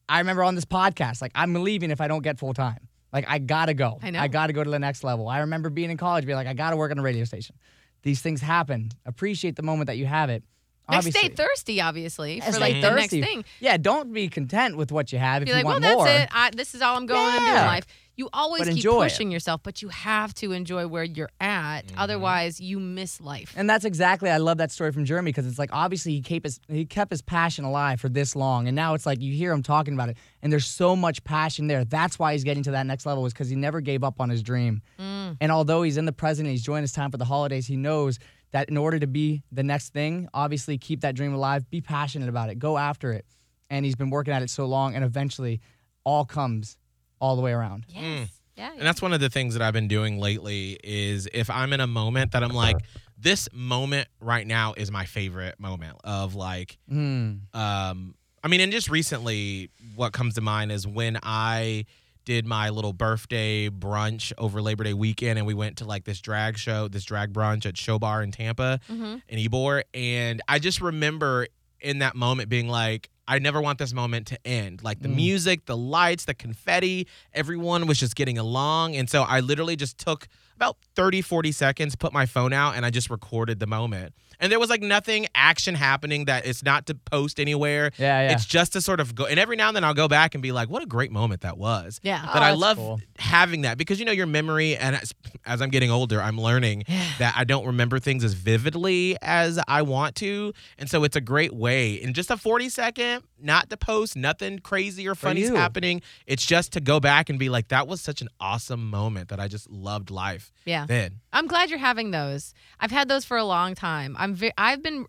Speaker 5: I remember on this podcast, like, I'm leaving if I don't get full time. Like, I gotta go.
Speaker 4: I know.
Speaker 5: I gotta go to the next level. I remember being in college, being like, I gotta work on a radio station. These things happen. Appreciate the moment that you have it.
Speaker 4: Next
Speaker 5: Obviously.
Speaker 4: day thirsty, obviously,
Speaker 5: Yes,
Speaker 4: for like
Speaker 5: stay
Speaker 4: the next
Speaker 5: thirsty.
Speaker 4: thing.
Speaker 5: Yeah, don't be content with what you have if
Speaker 4: Be
Speaker 5: you
Speaker 4: like, well,
Speaker 5: want
Speaker 4: that's
Speaker 5: more.
Speaker 4: it. I, this is all I'm going to do in
Speaker 5: Yeah.
Speaker 4: life. You always
Speaker 5: But
Speaker 4: keep
Speaker 5: enjoy it.
Speaker 4: pushing yourself, but you have to enjoy where you're at.
Speaker 3: Mm-hmm.
Speaker 4: Otherwise, you miss life.
Speaker 5: And that's exactly I love that story from Jeremy because it's like obviously he kept his he kept his passion alive for this long, and now it's like you hear him talking about it, and there's so much passion there. That's why he's getting to that next level is because he never gave up on his dream.
Speaker 3: Mm.
Speaker 5: And although he's in the present, and he's enjoying his time for the holidays. He knows that in order to be the next thing, obviously keep that dream alive, be passionate about it, go after it. And he's been working at it so long, and eventually, all comes all the way around.
Speaker 4: yes. Yeah.
Speaker 3: Mm. And that's one of the things that I've been doing lately is if I'm in a moment that I'm like, this moment right now is my favorite moment of like,
Speaker 5: Mm.
Speaker 3: um, I mean, and just recently, what comes to mind is when I did my little birthday brunch over Labor Day weekend, and we went to like this drag show, this drag brunch at Show Bar in Tampa
Speaker 4: Mhm.
Speaker 3: in Ybor, and I just remember in that moment being like. I never want this moment to end. Like the
Speaker 5: Mm.
Speaker 3: music, the lights, the confetti, everyone was just getting along. And so I literally just took about 30, 40 seconds, put my phone out, and I just recorded the moment. And there was like nothing action happening that it's not to post anywhere.
Speaker 5: Yeah, yeah.
Speaker 3: It's just to sort of go. And every now and then I'll go back and be like, what a great moment that was.
Speaker 4: Yeah.
Speaker 3: But I
Speaker 5: that's
Speaker 3: love
Speaker 5: cool.
Speaker 3: having that because you know your memory, and as, as I'm getting older, I'm learning that I don't remember things as vividly as I want to, and so it's a great way. In just a 40 second, not to post, nothing crazy or funny's
Speaker 5: you.
Speaker 3: happening. It's just to go back and be like, that was such an awesome moment that I just loved life.
Speaker 4: Yeah.
Speaker 3: Then
Speaker 4: I'm glad you're having those. I've had those for a long time. I'm ve- I've been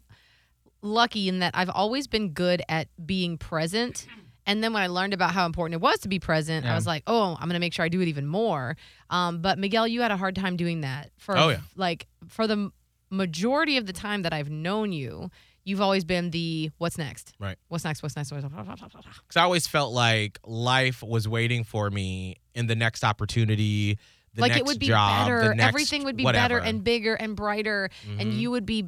Speaker 4: lucky in that I've always been good at being present. And then when I learned about how important it was to be present, I was like, oh, I'm going to make sure I do it even more. Um, but Miguel, you had a hard time doing that. For
Speaker 3: Oh, yeah.
Speaker 4: like for the m- majority of the time that I've known you, you've always been the what's next?
Speaker 3: Right.
Speaker 4: What's next? What's next? What's next?
Speaker 3: Because I always felt like life was waiting for me in the next opportunity, the
Speaker 4: like
Speaker 3: next
Speaker 4: it would be
Speaker 3: job, the
Speaker 4: better.
Speaker 3: next
Speaker 4: Everything would be
Speaker 3: whatever.
Speaker 4: better and bigger and brighter, and
Speaker 3: Mhm.
Speaker 4: you would be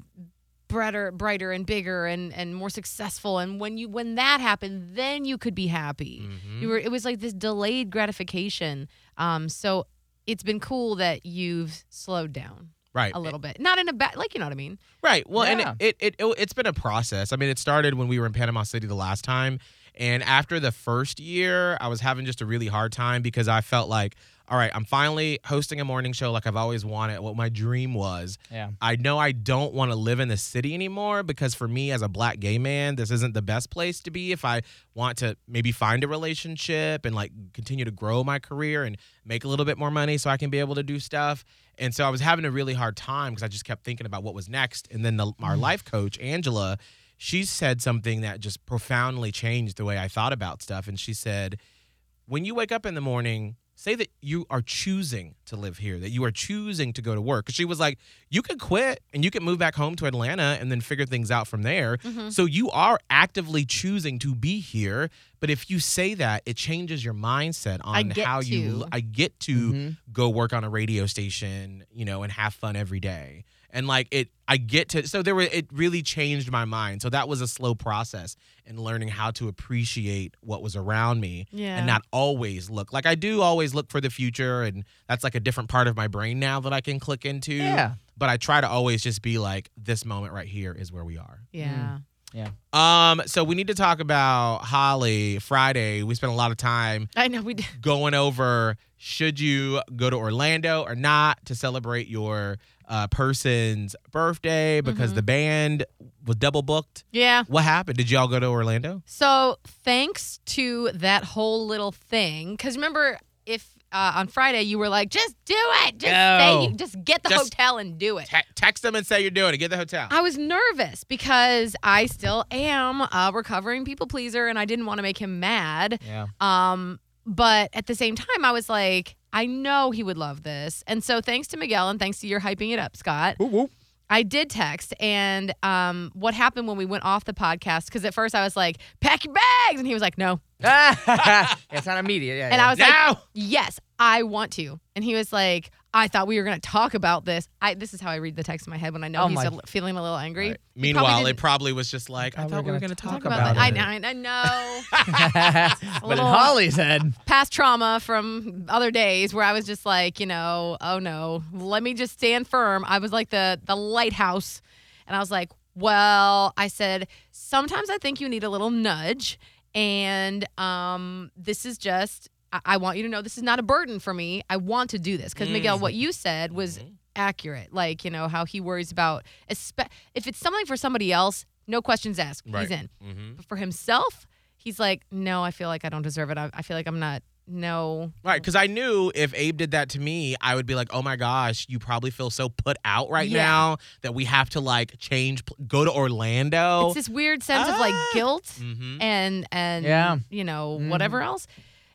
Speaker 4: brighter, brighter and bigger and and more successful. And when you when that happened, then you could be happy.
Speaker 3: Mhm.
Speaker 4: You were. It was like this delayed gratification. Um. So it's been cool that you've slowed down
Speaker 3: right
Speaker 4: a little bit. Not in a bad. Like you know what I
Speaker 3: Mm.
Speaker 4: mean.
Speaker 3: Right. Well,
Speaker 5: Yeah.
Speaker 3: and it, it, it, it's been a process. I mean, it started when we were in Panama City the last time. And after the first year, I was having just a really hard time because I felt like, all right, I'm finally hosting a morning show like I've always wanted, what my dream was.
Speaker 5: Yeah.
Speaker 3: I know I don't want to live in the city anymore because for me as a black gay man, this isn't the best place to be if I want to maybe find a relationship and like continue to grow my career and make a little bit more money so I can be able to do stuff. And so I was having a really hard time because I just kept thinking about what was next. And then the, our life coach, Angela, she said something that just profoundly changed the way I thought about stuff. And she said, when you wake up in the morning, say that you are choosing to live here, that you are choosing to go to work. 'Cause She was like, you could quit and you could move back home to Atlanta and then figure things out from there.
Speaker 4: Mm-hmm.
Speaker 3: So you are actively choosing to be here. But if you say that, it changes your mindset on
Speaker 4: get
Speaker 3: how you.
Speaker 4: to.
Speaker 3: I get to
Speaker 5: Mm-hmm.
Speaker 3: go work on a radio station, you know, and have fun every day. And like it, I get to. So there were. It really changed my mind. So that was a slow process in learning how to appreciate what was around me
Speaker 4: Yeah.
Speaker 3: and not always look like I do always look for the future and that's like a different part of my brain now that I can click into.
Speaker 5: Yeah.
Speaker 3: But I try to always just be like this moment right here is where we are.
Speaker 4: Yeah.
Speaker 3: Um so we need to talk about Holly Friday. We spent a lot of time
Speaker 4: I know we did.
Speaker 3: going over should you go to Orlando or not to celebrate your uh, person's birthday because
Speaker 4: Mm-hmm.
Speaker 3: the band was double booked.
Speaker 4: Yeah.
Speaker 3: What happened? Did y'all go to Orlando?
Speaker 4: So thanks to that whole little thing, because remember, if uh, on Friday you were like, just do it, just say,
Speaker 5: No.
Speaker 4: you, just get the
Speaker 3: Just-
Speaker 4: hotel and do it.
Speaker 3: Te- text them and say you're doing it. Get the hotel.
Speaker 4: I was nervous because I still am a recovering people pleaser, and I didn't want to make him mad.
Speaker 5: Yeah.
Speaker 4: Um, but at the same time, I was like, I know he would love this, and so thanks to Miguel and thanks to your hyping it up, Scott. I did text, and um, what happened when we went off the podcast? Because at first I was like, pack your bags, and he was like, no.
Speaker 5: it's not immediate. Yeah,
Speaker 4: And I was like,
Speaker 3: Now!
Speaker 4: "Yes, I want to." And he was like, "I thought we were going to talk about this." I this is how I read the text in my head when I know
Speaker 5: Oh
Speaker 4: he's
Speaker 5: my-
Speaker 4: a, feeling a little angry. He
Speaker 3: Meanwhile,
Speaker 4: probably
Speaker 3: it
Speaker 4: didn't
Speaker 3: probably was just like, I thought we were going to talk, about,
Speaker 4: that.
Speaker 3: it.
Speaker 4: I know, I know.
Speaker 5: yeah. but
Speaker 4: little-
Speaker 5: in Holly's head,
Speaker 4: Past trauma from other days where I was just like, you know, oh no, let me just stand firm. I was like the the lighthouse, and I was like, well, I said sometimes I think you need a little nudge, and um, this is just. I- I want you to know this is not a burden for me. I want to do this because Miguel, what you said was accurate. Like you know how he worries about, espe- if it's something for somebody else, no questions asked.
Speaker 3: Right.
Speaker 4: He's in.
Speaker 3: Mhm.
Speaker 4: But for himself, he's like, no, I feel like I don't deserve it. I, I feel like I'm not. No.
Speaker 3: Right, because I knew if Abe did that to me, I would be like, "Oh my gosh, you probably feel so put out right
Speaker 4: Yeah.
Speaker 3: now that we have to like change, pl- go to Orlando."
Speaker 4: It's this weird sense of like
Speaker 3: Oh. Ah.
Speaker 4: guilt
Speaker 3: hmm
Speaker 4: and and
Speaker 5: Yeah.
Speaker 4: you know
Speaker 5: Mhm.
Speaker 4: whatever else.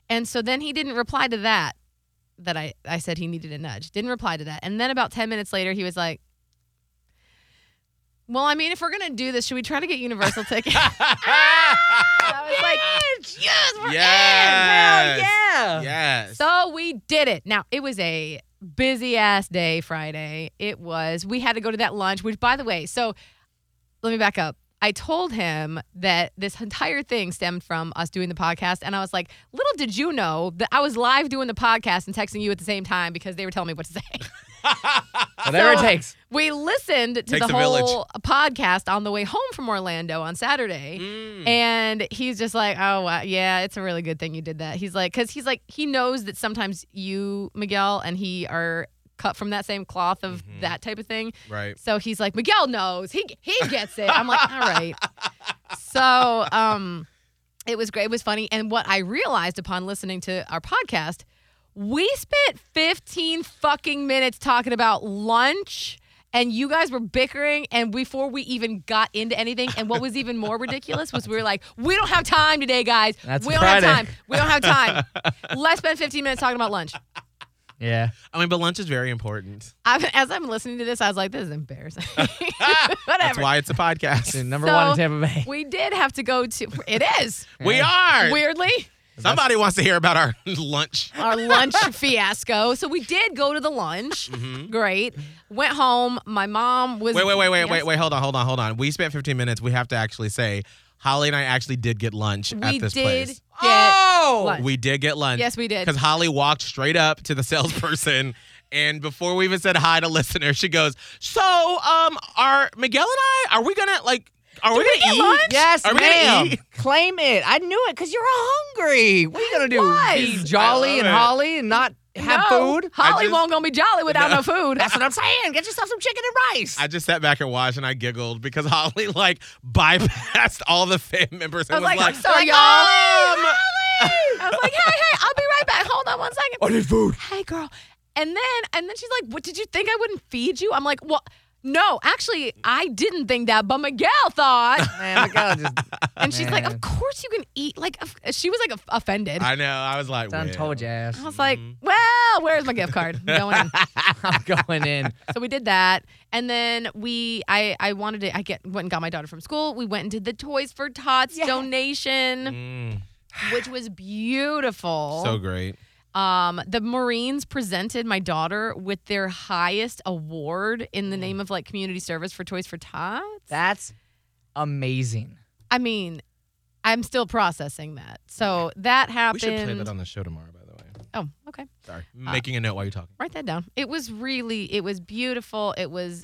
Speaker 4: And so then he didn't reply to that. That I I said he needed a nudge. Didn't reply to that. And then about ten minutes later, he was like. Well, I mean, if we're gonna do this, should we try to get universal tickets? And
Speaker 3: Ah,
Speaker 4: I was like, yes, we're in, girl,
Speaker 3: Yes.
Speaker 5: yeah.
Speaker 3: yes.
Speaker 4: So we did it. Now it was a busy ass day Friday. It was. We had to go to that lunch, which by the way, so let me back up. I told him that this entire thing stemmed from us doing the podcast. And I was like, little did you know that I was live doing the podcast and texting you at the same time because they were telling me what to say.
Speaker 5: whatever it
Speaker 4: So-
Speaker 5: takes.
Speaker 4: We listened to
Speaker 3: Takes
Speaker 4: the
Speaker 3: a village.
Speaker 4: whole podcast on the way home from Orlando on Saturday.
Speaker 3: Mm.
Speaker 4: And he's just like, oh, wow, yeah, it's a really good thing you did that. He's like, because he's like, he knows that sometimes you, Miguel, and he are cut from that same cloth of
Speaker 3: Mm-hmm.
Speaker 4: that type of thing.
Speaker 3: right.
Speaker 4: So he's like, Miguel knows. He he gets it. I'm like, all right. So um it was great. It was funny. And what I realized upon listening to our podcast, we spent 15 fucking minutes talking about lunch and you guys were bickering. And before we even got into anything, and what was even more ridiculous was we were like, we don't have time today, guys.
Speaker 5: That's
Speaker 4: we don't
Speaker 5: Friday."
Speaker 4: have time. We don't have time. Let's spend 15 minutes talking about lunch.
Speaker 5: Yeah.
Speaker 3: I mean, but lunch is very important.
Speaker 4: I'm, as I'm listening to this, I was like, this is embarrassing.
Speaker 3: That's
Speaker 4: Whatever.
Speaker 3: why it's a
Speaker 5: Dude,
Speaker 3: podcast.
Speaker 5: number
Speaker 4: So-
Speaker 5: one in Tampa Bay.
Speaker 4: we did have to go to, it is.
Speaker 3: We are.
Speaker 4: Weirdly.
Speaker 3: Somebody wants to hear about our lunch.
Speaker 4: our lunch fiasco. So we did go to the lunch. Great. Went home. My mom was
Speaker 3: Mm-hmm. Wait, wait, wait, wait,
Speaker 4: Yes.
Speaker 3: wait, wait. Hold on, hold on, hold on. We spent 15 minutes. We have to actually say Holly and I actually did get lunch
Speaker 4: We
Speaker 3: at this
Speaker 4: did
Speaker 3: place. Oh!
Speaker 4: get lunch.
Speaker 3: We did get lunch.
Speaker 4: Yes, we did.
Speaker 3: Because Holly walked straight up to the salesperson, and before we even said hi to listener, she goes, "So, um, are Miguel and I are we gonna like are we, gonna eat?
Speaker 5: Yes,
Speaker 3: are we
Speaker 5: ma'am.
Speaker 3: gonna eat?
Speaker 5: Claim it. I knew it because you're hungry. What are you gonna do?
Speaker 4: was.
Speaker 5: Be
Speaker 3: I
Speaker 5: jolly
Speaker 3: love
Speaker 5: and
Speaker 3: it.
Speaker 5: holly and not have
Speaker 4: No,
Speaker 5: food?
Speaker 4: Holly
Speaker 3: just-
Speaker 4: won't gonna be jolly without no, food.
Speaker 5: That's what I'm saying. Get yourself some chicken and rice.
Speaker 3: I just sat back and watched, and I giggled because Holly like bypassed all the fam members.
Speaker 4: I
Speaker 3: and
Speaker 4: was like, I'm sorry,
Speaker 3: um,
Speaker 4: y'all. I was like, hey, hey, I'll be right back. Hold on one second.
Speaker 5: need food.
Speaker 4: hey girl and then and then she's like what did you think i wouldn't feed you i'm like well no actually i didn't think that but miguel thought
Speaker 5: Man, Miguel just
Speaker 4: and she's like
Speaker 5: Man.
Speaker 4: of course you can eat like of- she was like of- offended I-
Speaker 3: I know. I was like,
Speaker 5: done
Speaker 3: well.
Speaker 5: told your ass.
Speaker 4: was like,
Speaker 3: Mm-hmm.
Speaker 4: well, where's my gift card? I'm going in.
Speaker 5: I'm going in.
Speaker 4: So we did that, and then we, I, I wanted to, I get went and got my daughter from school. We went and did the Toys for Tots donation,
Speaker 3: Mm,
Speaker 4: which was beautiful.
Speaker 3: so great.
Speaker 4: Um, the Marines presented my daughter with their highest award in the
Speaker 3: Mm.
Speaker 4: name of like community service for Toys for Tots.
Speaker 5: That's amazing.
Speaker 4: I mean, I'm still processing that. So that
Speaker 3: We
Speaker 4: happened.
Speaker 3: should play that on the show tomorrow, by the way.
Speaker 4: oh, okay.
Speaker 3: Sorry. Making a note while you're talking.
Speaker 4: Write that down. It was really, it was beautiful. It was,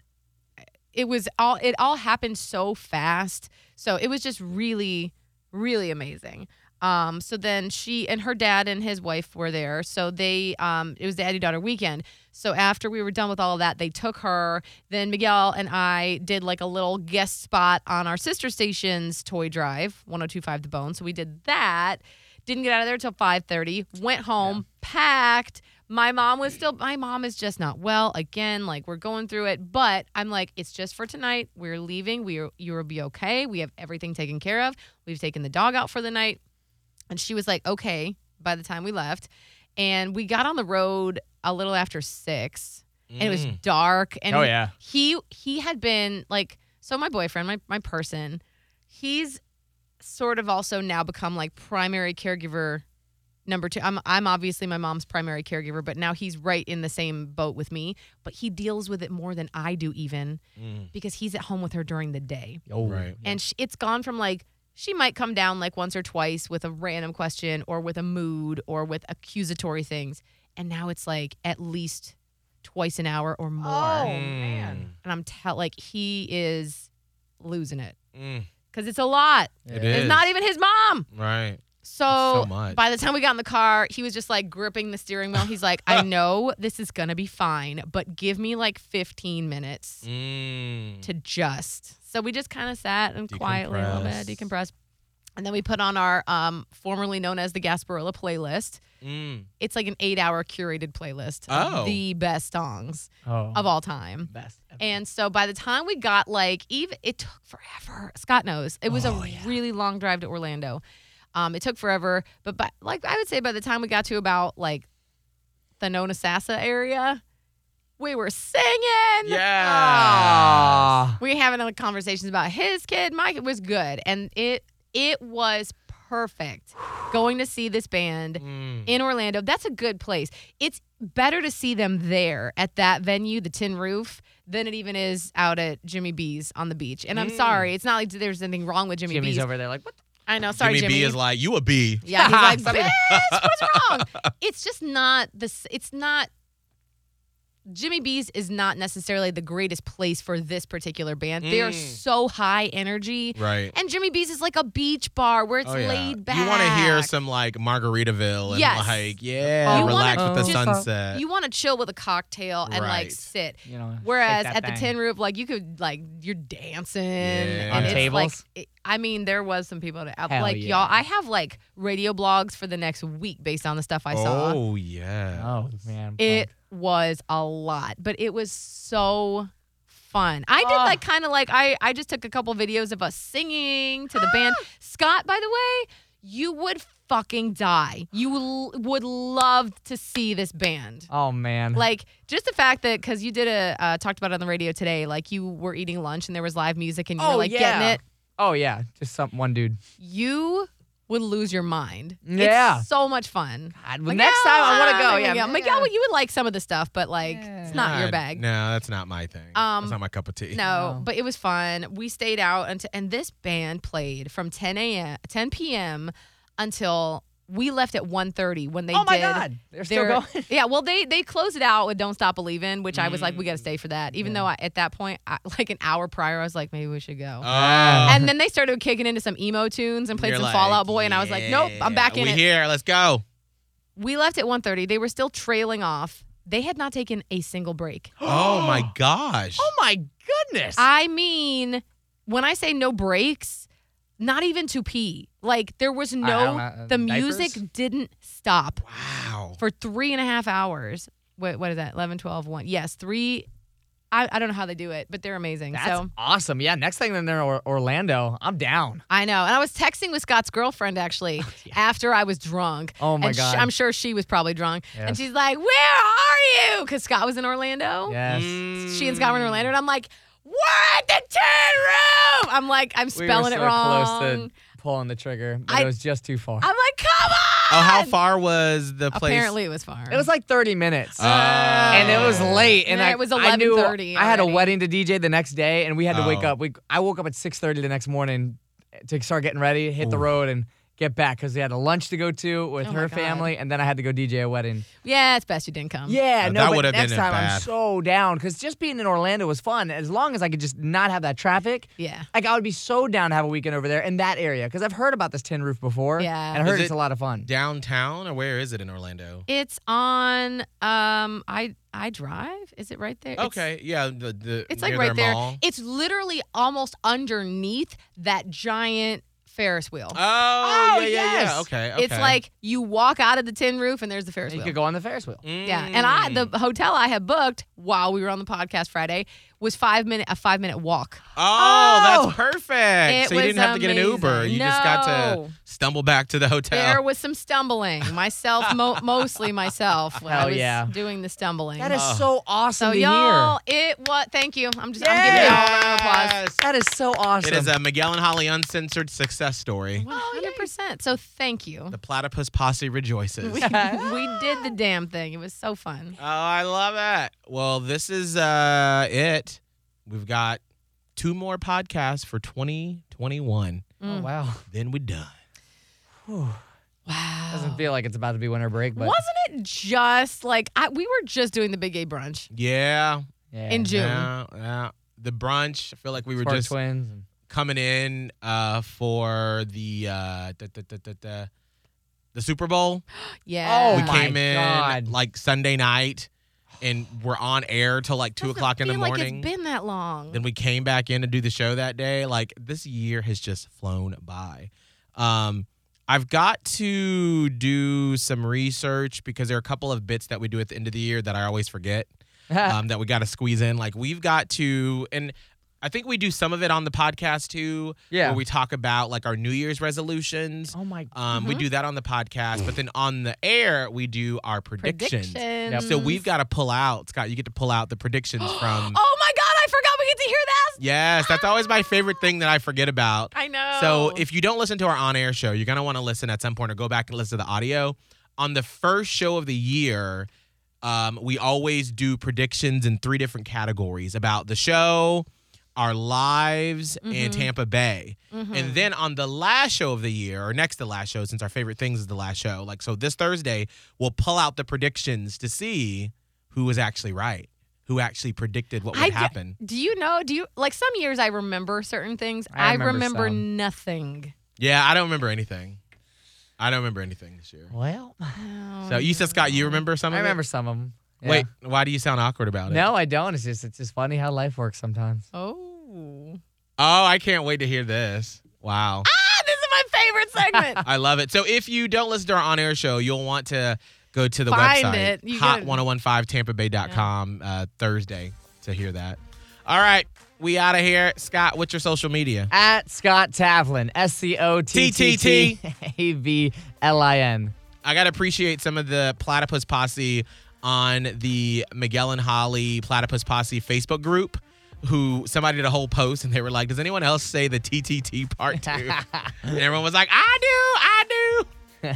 Speaker 4: it was all, it all happened so fast. So it was just really, really amazing. Um, so then she and her dad and his wife were there. So they, um, it was the Eddie daughter weekend. So after we were done with all of that, they took her. Then Miguel and I did like a little guest spot on our sister station's toy drive, 1025 The Bone. So we did that. Didn't get out of there till 5:30. Went home, packed. My mom was still my mom is just not well again, like we're going through it, but I'm like it's just for tonight. We're leaving. We are, you will be okay. We have everything taken care of. We've taken the dog out for the night. And she was like, okay, by the time we left. And we got on the road a little after six. And it was dark. And
Speaker 5: Oh, yeah.
Speaker 4: he he had been like, so my boyfriend, my my person, he's sort of also now become like primary caregiver number two. I'm I'm obviously my mom's primary caregiver, but now he's right in the same boat with me. But he deals with it more than I do even
Speaker 3: Mm,
Speaker 4: because he's at home with her during the day.
Speaker 5: Oh,
Speaker 3: right.
Speaker 4: And sh it's gone from like she might come down like once or twice with a random question or with a mood or with accusatory things. And now it's like at least twice an hour or more.
Speaker 3: Oh. Mm. man.
Speaker 4: And I'm tell like he is losing it
Speaker 3: Mm,
Speaker 4: because it's a lot.
Speaker 3: It
Speaker 4: It's
Speaker 3: is.
Speaker 4: not even his mom.
Speaker 3: Right.
Speaker 4: So,
Speaker 3: so much.
Speaker 4: by the time we got in the car, he was just like gripping the steering wheel. He's like, I know this is going to be fine, but give me like 15 minutes
Speaker 3: Mm.
Speaker 4: to just. So we just kind of sat and quietly a little bit,
Speaker 3: Decompress.
Speaker 4: decompressed. And then we put on our um, formerly known as the Gasparilla playlist.
Speaker 3: Mm.
Speaker 4: It's like an eight hour curated playlist of
Speaker 3: Oh.
Speaker 4: the best songs
Speaker 5: Oh.
Speaker 4: of all time.
Speaker 5: best.
Speaker 4: And so by the time we got like even it took forever. Scott knows. It was
Speaker 3: Oh,
Speaker 4: a really long drive to Orlando. Um, it took forever, but by, like I would say by the time we got to about like the Nona Sassa area, we were singing.
Speaker 3: Yeah.
Speaker 5: uh,
Speaker 4: We were having other conversations about his kid. My kid was good, and it it was perfect going to see this band
Speaker 3: Mm.
Speaker 4: in Orlando. That's a good place. It's better to see them there at that venue, the Tin Roof, than it even is out at Jimmy B's on the beach. And I'm
Speaker 3: Mm.
Speaker 4: sorry, it's not like there's anything wrong with Jimmy
Speaker 5: Jimmy's
Speaker 4: B's.
Speaker 5: over there like, what?
Speaker 4: I know. Sorry,
Speaker 3: Jimmy,
Speaker 4: Jimmy.
Speaker 3: B is like, you a B.
Speaker 4: yeah, he's like, bitch, what's wrong? It's just not this. It's not. Jimmy B's is not necessarily the greatest place for this particular band. They are
Speaker 3: Mm.
Speaker 4: so high energy.
Speaker 3: Right.
Speaker 4: And Jimmy B's is like a beach bar where it's
Speaker 3: Oh, yeah.
Speaker 4: laid back.
Speaker 3: You want to hear some like Margaritaville and
Speaker 4: Yes.
Speaker 3: like, yeah,
Speaker 4: You wanna
Speaker 3: relax with the
Speaker 4: just-
Speaker 3: sunset.
Speaker 4: You want to chill with a cocktail and like
Speaker 3: Right.
Speaker 4: sit.
Speaker 5: You know. shake
Speaker 4: Whereas
Speaker 5: that
Speaker 4: at the
Speaker 5: thing.
Speaker 4: Tin Roof, like you could like you're dancing
Speaker 3: Yeah.
Speaker 4: and
Speaker 3: On
Speaker 4: it's
Speaker 5: tables?
Speaker 4: like it- I mean, there was some people that
Speaker 5: Hell
Speaker 4: like
Speaker 5: yeah.
Speaker 4: y'all. I have like radio blogs for the next week based on the stuff I saw.
Speaker 3: oh, yeah.
Speaker 5: Oh man.
Speaker 4: It was a lot, but it was so fun. I did
Speaker 5: Oh.
Speaker 4: like kind of like I I just took a couple videos of us singing to the band. Scott, by the way, you would fucking die. You l- would love to see this band.
Speaker 5: Oh man.
Speaker 4: Like just the fact that because you did a uh, talked about it on the radio today, like you were eating lunch and there was live music and you were
Speaker 5: Oh,
Speaker 4: like getting
Speaker 5: yeah.
Speaker 4: it.
Speaker 5: oh yeah, just some one dude.
Speaker 4: You would lose your mind.
Speaker 5: Yeah.
Speaker 4: it's so much fun.
Speaker 5: God, well, next time I want to go. Yeah.
Speaker 4: Miguel, Miguel, you would like some of the stuff, but like it's not your
Speaker 3: God,
Speaker 4: bag.
Speaker 3: No, that's not my thing.
Speaker 4: Um,
Speaker 3: that's not my cup of tea.
Speaker 4: No, but it was fun. We stayed out until, and this band played from 10 a.m. 10 p.m. until we left at 1.30 when they
Speaker 5: Oh my
Speaker 4: did
Speaker 5: God, they're still going?
Speaker 4: yeah, well they they closed it out with "Don't Stop Believing," which I was like, we
Speaker 5: Mm.
Speaker 4: got to stay for that. Even though I, at that point, I, like an hour prior, I was like, maybe we should go.
Speaker 3: Oh.
Speaker 4: and then they started kicking into some emo tunes and played
Speaker 3: You're
Speaker 4: some
Speaker 3: like,
Speaker 4: Fallout Boy, and I was like, nope, I'm
Speaker 3: yeah,
Speaker 4: back in
Speaker 3: we
Speaker 4: it.
Speaker 3: here. Let's go.
Speaker 4: We left at 1.30. They were still trailing off. They had not taken a single break.
Speaker 3: Oh my gosh.
Speaker 5: Oh my goodness.
Speaker 4: I mean, when I say no breaks, not even to pee. Like there was no
Speaker 5: don't know,
Speaker 4: the
Speaker 5: uh, diapers?
Speaker 4: music didn't stop
Speaker 3: Wow.
Speaker 4: for three and a half hours. What what is that? 11, 12, 1. Yes, three. I, I don't know how they do it, but they're amazing.
Speaker 5: That's
Speaker 4: so
Speaker 5: awesome. Yeah. Next thing then they're in Or- Orlando. I'm down.
Speaker 4: I know. And I was texting with Scott's girlfriend actually after I was drunk.
Speaker 5: Oh, my
Speaker 4: and sh-
Speaker 5: God.
Speaker 4: I'm sure she was probably drunk. And
Speaker 5: Yes.
Speaker 4: she's like, Where are you? Because Scott was in Orlando.
Speaker 5: Yes.
Speaker 4: she and Scott were in Orlando, and I'm like, we're at the tin room. I'm like, I'm
Speaker 5: We
Speaker 4: spelling
Speaker 5: were so
Speaker 4: it wrong.
Speaker 5: close to pulling the trigger, but
Speaker 4: I-
Speaker 5: it was just too far.
Speaker 4: I'm like, come on.
Speaker 3: Oh, how far was the place?
Speaker 4: Apparently, it was far.
Speaker 5: it was like 30 minutes.
Speaker 3: Oh.
Speaker 5: and it was late, and
Speaker 4: Uh, oh. Yeah,
Speaker 5: I,
Speaker 4: it was
Speaker 5: I knew
Speaker 4: 11:30
Speaker 5: I had a
Speaker 4: already.
Speaker 5: wedding to DJ the next day, and we had to wake
Speaker 3: Oh.
Speaker 5: up. We I woke up at six thirty the next morning to start getting ready, hit the road, and get back because we had a lunch to go to with
Speaker 4: Oh my
Speaker 5: her
Speaker 4: God.
Speaker 5: family, and then I had to go DJ a wedding.
Speaker 4: yeah, it's best you didn't come.
Speaker 5: Yeah,
Speaker 3: Uh,
Speaker 5: no,
Speaker 3: that
Speaker 5: but
Speaker 3: would've been
Speaker 5: next
Speaker 3: it
Speaker 5: time I'm
Speaker 3: bad.
Speaker 5: so down because just being in Orlando was fun as long as I could just not have that traffic.
Speaker 4: Yeah.
Speaker 5: Like I would be so down to have a weekend over there in that area because I've heard about this tin roof before.
Speaker 4: Yeah.
Speaker 5: and I heard
Speaker 3: Is
Speaker 5: it's
Speaker 3: it-
Speaker 5: a lot of fun.
Speaker 3: Downtown or where is it in Orlando?
Speaker 4: It's on um I I drive. Is it right there? It's-
Speaker 3: okay. Yeah. The, the,
Speaker 4: It's like
Speaker 3: near
Speaker 4: right
Speaker 3: their
Speaker 4: there.
Speaker 3: Mall.
Speaker 4: It's literally almost underneath that giant Ferris wheel.
Speaker 3: Oh,
Speaker 5: Oh,
Speaker 3: yeah, yeah, yeah.
Speaker 5: yes.
Speaker 3: Okay,
Speaker 4: It's
Speaker 3: okay.
Speaker 4: like you walk out of the tin roof and there's the Ferris
Speaker 5: You
Speaker 4: wheel.
Speaker 5: could go on the Ferris
Speaker 3: Mm.
Speaker 5: wheel.
Speaker 4: Yeah, and I the hotel I had booked while we were on the podcast Friday was five minute a five minute walk.
Speaker 3: Oh,
Speaker 5: Oh!
Speaker 3: that's perfect.
Speaker 4: It
Speaker 3: so you
Speaker 4: was
Speaker 3: didn't have to get an Uber.
Speaker 4: amazing.
Speaker 3: You just got to
Speaker 4: No.
Speaker 3: stumble back to the
Speaker 4: There
Speaker 3: hotel.
Speaker 4: was some stumbling, myself mo- mostly myself. when I
Speaker 5: Hell
Speaker 4: was
Speaker 5: yeah.
Speaker 4: doing the stumbling.
Speaker 5: That is
Speaker 3: Oh.
Speaker 5: so awesome
Speaker 4: so
Speaker 5: to
Speaker 4: y'all.
Speaker 5: hear.
Speaker 4: It was. Thank you. I'm just. I'm
Speaker 5: Yay!
Speaker 4: giving y'all a round of applause.
Speaker 3: Yes.
Speaker 5: That is so awesome.
Speaker 3: It is a Miguel and Holly uncensored success story.
Speaker 4: 100. Oh, percent So thank you.
Speaker 3: The platypus posse rejoices.
Speaker 4: We,
Speaker 3: oh,
Speaker 4: we did the damn thing. It was so fun.
Speaker 3: I love it. Well, this is uh it. We've got two more podcasts for 2021.
Speaker 4: Mm.
Speaker 5: Oh, wow.
Speaker 3: Then we're done.
Speaker 5: Doesn't feel like it's about to be winter break, but
Speaker 4: Wasn't it just like I, we were just doing the big gay brunch
Speaker 3: Yeah.
Speaker 5: yeah.
Speaker 4: in June?
Speaker 3: Yeah, yeah. The brunch. I feel like we were
Speaker 5: Spark
Speaker 3: just
Speaker 5: twins. and-
Speaker 3: coming in uh, for the uh, da, da, da, da, da, the Super Bowl.
Speaker 4: Yeah.
Speaker 5: Oh,
Speaker 3: we
Speaker 5: my
Speaker 3: came in
Speaker 5: God.
Speaker 3: like Sunday night, and we're on air till like two
Speaker 4: Doesn't
Speaker 3: o'clock in the
Speaker 4: feel like
Speaker 3: morning.
Speaker 4: it's been that long.
Speaker 3: Mm-hmm. then we came back in to do the show that day. Like this year has just flown by. Um, I've got to do some research because there are a couple of bits that we do at the end of the year that I always forget
Speaker 5: Uh.
Speaker 3: um, that we got to squeeze in. Like we've got to, and I think we do some of it on the podcast too.
Speaker 5: Yeah.
Speaker 3: where we talk about like our New Year's resolutions.
Speaker 5: oh my!
Speaker 3: Um, we do that on the podcast, but then on the air we do our predictions.
Speaker 4: Predictions.
Speaker 3: So we've got to pull out, Scott. You get to pull out the predictions from.
Speaker 4: Oh my God! I forgot we get to hear that.
Speaker 3: Yes, that's always my favorite thing that I forget about.
Speaker 4: I know.
Speaker 3: So if you don't listen to our on-air show, you're gonna want to listen at some point or go back and listen to the audio. On the first show of the year, um, we always do predictions in three different categories about the show, our lives,
Speaker 4: Mm-hmm.
Speaker 3: and Tampa Bay. And then on the last show of the year, or next to last show, since our favorite things is the last show, like so this Thursday, we'll pull out the predictions to see who was actually right, who actually predicted what would
Speaker 4: I d-
Speaker 3: happen.
Speaker 4: Do you know? Do you like some years I remember certain things.
Speaker 5: I
Speaker 4: I remember,
Speaker 5: remember some.
Speaker 4: nothing.
Speaker 3: Yeah, I don't remember anything. I don't remember anything this year.
Speaker 5: Well,
Speaker 4: Oh.
Speaker 3: So you said Scott, you remember some of
Speaker 5: I
Speaker 3: it?
Speaker 5: remember some of them.
Speaker 3: Wait, why do you sound awkward about it?
Speaker 5: no, I don't. It's just it's just funny how life works sometimes.
Speaker 4: Oh.
Speaker 3: Oh, I can't wait to hear this. Wow.
Speaker 4: Ah, this is my favorite segment.
Speaker 3: I love it. So if you don't listen to our on air show, you'll want to go to the
Speaker 4: Find
Speaker 3: website
Speaker 4: it. You
Speaker 3: hot
Speaker 4: gotta-
Speaker 3: 1015 tampabay.com uh, Thursday to hear that. All right, we out of here. Scott, what's your social media?
Speaker 5: At Scott Tavlin, S C O T T T A V L I N.
Speaker 3: I gotta appreciate some of the Platypus Posse on the Miguel and Holly Platypus Posse Facebook group. Who somebody did a whole post and they were like, "Does anyone else say the TTT part two? and everyone was like, "I do, I do."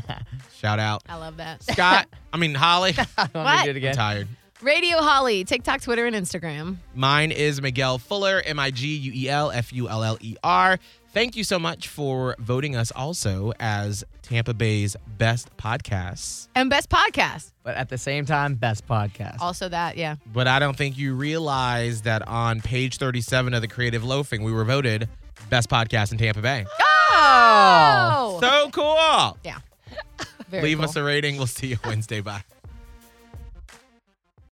Speaker 3: Shout out,
Speaker 4: I love that.
Speaker 3: Scott. I mean Holly. I'm
Speaker 4: What?
Speaker 5: Do it again.
Speaker 3: tired.
Speaker 4: Radio Holly, TikTok, Twitter, and Instagram.
Speaker 3: Mine is Miguel Fuller, M I G U E L F U L L E R. Thank you so much for voting us also as Tampa Bay's best podcasts.
Speaker 4: And best podcast.
Speaker 5: But at the same time, best podcast.
Speaker 4: Also that, yeah.
Speaker 3: But I don't think you realize that on page 37 of the Creative Loafing, we were voted best podcast in Tampa Bay.
Speaker 4: Oh.
Speaker 3: So cool. Oh!
Speaker 4: yeah. Very
Speaker 3: Leave
Speaker 4: cool.
Speaker 3: us a rating. We'll see you Wednesday. Bye.